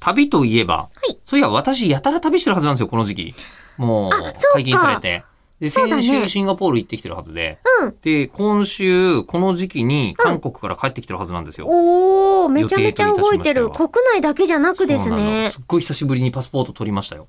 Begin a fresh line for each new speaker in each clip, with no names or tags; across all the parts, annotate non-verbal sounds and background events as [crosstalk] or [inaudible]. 旅といえば、
はい
そういや、私、やたら旅してるはずなんですよ、この時期。もう
あそうか、
解禁されて。で、
そうだ
先
ね
週、シンガポール行ってきてるはずで、
うん。
で、今週、この時期に、韓国から帰ってきてるはずなんですよ。
おー、めちゃめちゃ動いて
予
る。
定と
国内だけじゃなくです
そうなの
ね。
すっごい久しぶりにパスポート取りましたよ。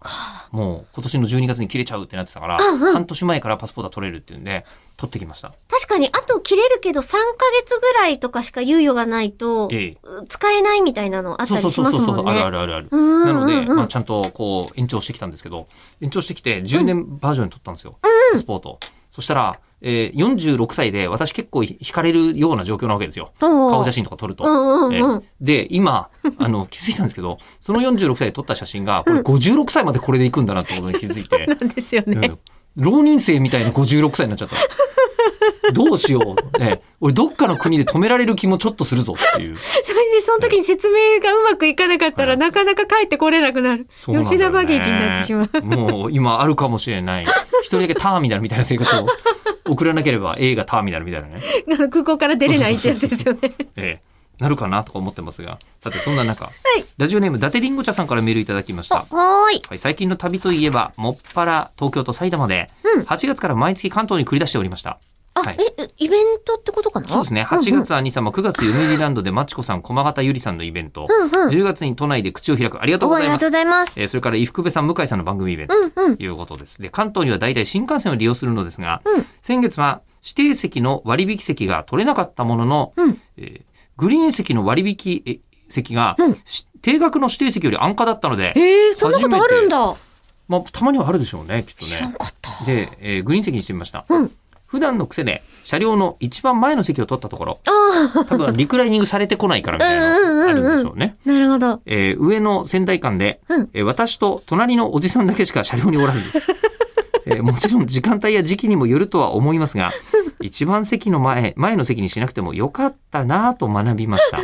もう、今年の12月に切れちゃうってなってたから、半年前からパスポートは取れるっていうんで、取ってきました。
確かに、あと切れるけど3ヶ月ぐらいとかしか猶予がないと、
ええ
使えないみたいなのあっ
そう
た
そうそ
りし
う
ます
そうそ
もん
う、あるある
ね。
あるある。
うんうんう
なんので、
うん
まあ、ちゃんとこう延長してきたんですけど、延長してきて10年バージョン取ったんですよ、パスポート。そしたら、えー、46歳で私結構惹かれるような状況なわけですよ。
おー
顔写真とか撮ると。
うんうんうん
えーで、今、あの、気づいたんですけど、その46歳で撮った写真が、これ56歳までこれでいくんだなってことに気づいて。
なんですよね。
うん浪人生みたいな56歳になっちゃった。どうしよう。ね、俺どっかの国で止められる気もちょっとするぞっていう。
それで、その時に説明がうまくいかなかったら、なかなか帰ってこれなくなる。
そうなんだ
吉
よね
田バゲージになってしまう。
もう今あるかもしれない。一人だけターミナルみたいな生活を送らなければ映画ターミナルみたいなね。
[laughs] あの空港から出れないってやつですよね。
ええなるかなとか思ってますが。さてそんな中、ラジオネーム伊達りんご茶さんからメールいただきました。
はーい。
はい、最近の旅といえば、もっぱら東京と埼玉で、8月から毎月関東に繰り出しておりました。
あ、
はい
え、イベントってことかな
そうですね。8。月兄様、9月ユミリランドでマチコさん、駒形ゆりさんのイベント、
うんうん。うん
10月に都内で口を開く。ありがとう
お
ご
あ
ざい
りが
ま
とう
す
ご。ざいます。
えーそれから、伊福部さん、向井さんの番組イベント
うんうん。
ということです。で、関東には大体新幹線を利用するのですが、
うん
先月は指定席の割引席が取れなかったものの、
うん
えーグリーン席の割引え席が、
うん
し定額の指定席より安価だったので、
へえ、そんなことあるんだ。
まあ、たまにはあるでしょうね、きっと
知らん
ね。
かった。
で、えーグリーン席にしてみました。
うん
普段の癖で、車両の一番前の席を取ったと [laughs] ころ、
あ
多分リクライニングされてこないからみたいなのがあるんでしょうね。
あ、なるほど。
えー上の仙台間で、
うん
えー私と隣のおじさんだけしか車両におら
[laughs]
ず、えーもちろん時間帯や時期にもよるとは思い
[laughs]
ますが一番席の前前の席にしなくてもよかったなぁと学びました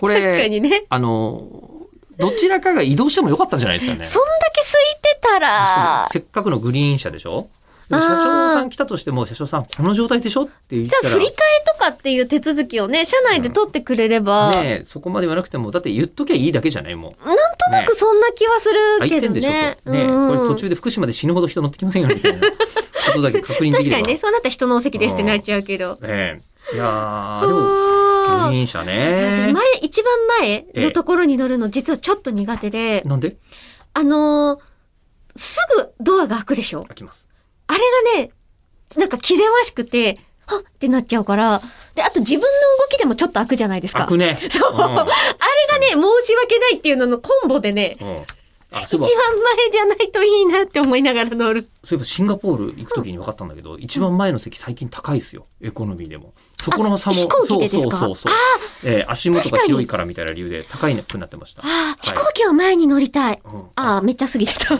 これ
確かにね。
あのどちらかが移動してもよかったんじゃないですかね
そんだけ空いてた
しからも、せっかくのグリーン車でしょでも
あー
車掌さん来たとしても車掌さんこの状態でしょって言っ
じゃ
たら
あ振り替えとかっていう手続きをね、社内で取ってくれれば、なん
ねえそこまで言わなくてもだって言っときゃいいだけじゃないもう
となくそんな気はす
あ
る
言っ
け
て
ど
んでしょ
ね。
と。ね、
うん
これ途中で福島で死ぬほど人乗ってきませんよみたいなことだけ確認できれ
確か
ば。
にね、そうなったら人のお席ですってなっちゃうけど。
ねえいや
あ
ー、でも、
ー
グリーン車
私前
ね。、
一番前のところに乗るの実はちょっと苦手で、
なんで
あのーすぐドアが開くでしょ
開きます。
あれがね、なんか気ぜわしくて、はっってなっちゃうから、で、あと自分の動きでもちょっと開くじゃないですか。
開くね。
そう。
うん
あれがね、申し訳ないっていうののコンボでね、
うん。あ、
一
そうい
番
えば、
前じゃないといいなって思いながら乗る。
そういえばシンガポール行くときに分かったんだけど、一番前の席最近高いですよ。エコノミーでも。そこの差も、
あ飛行機でですか
そうそうそうそう。えー足元が広いからみたいな理由で高いねくなってました。
ああ、
い
飛行機を前に乗りたい。
うん
ああ、めっちゃ過ぎてた。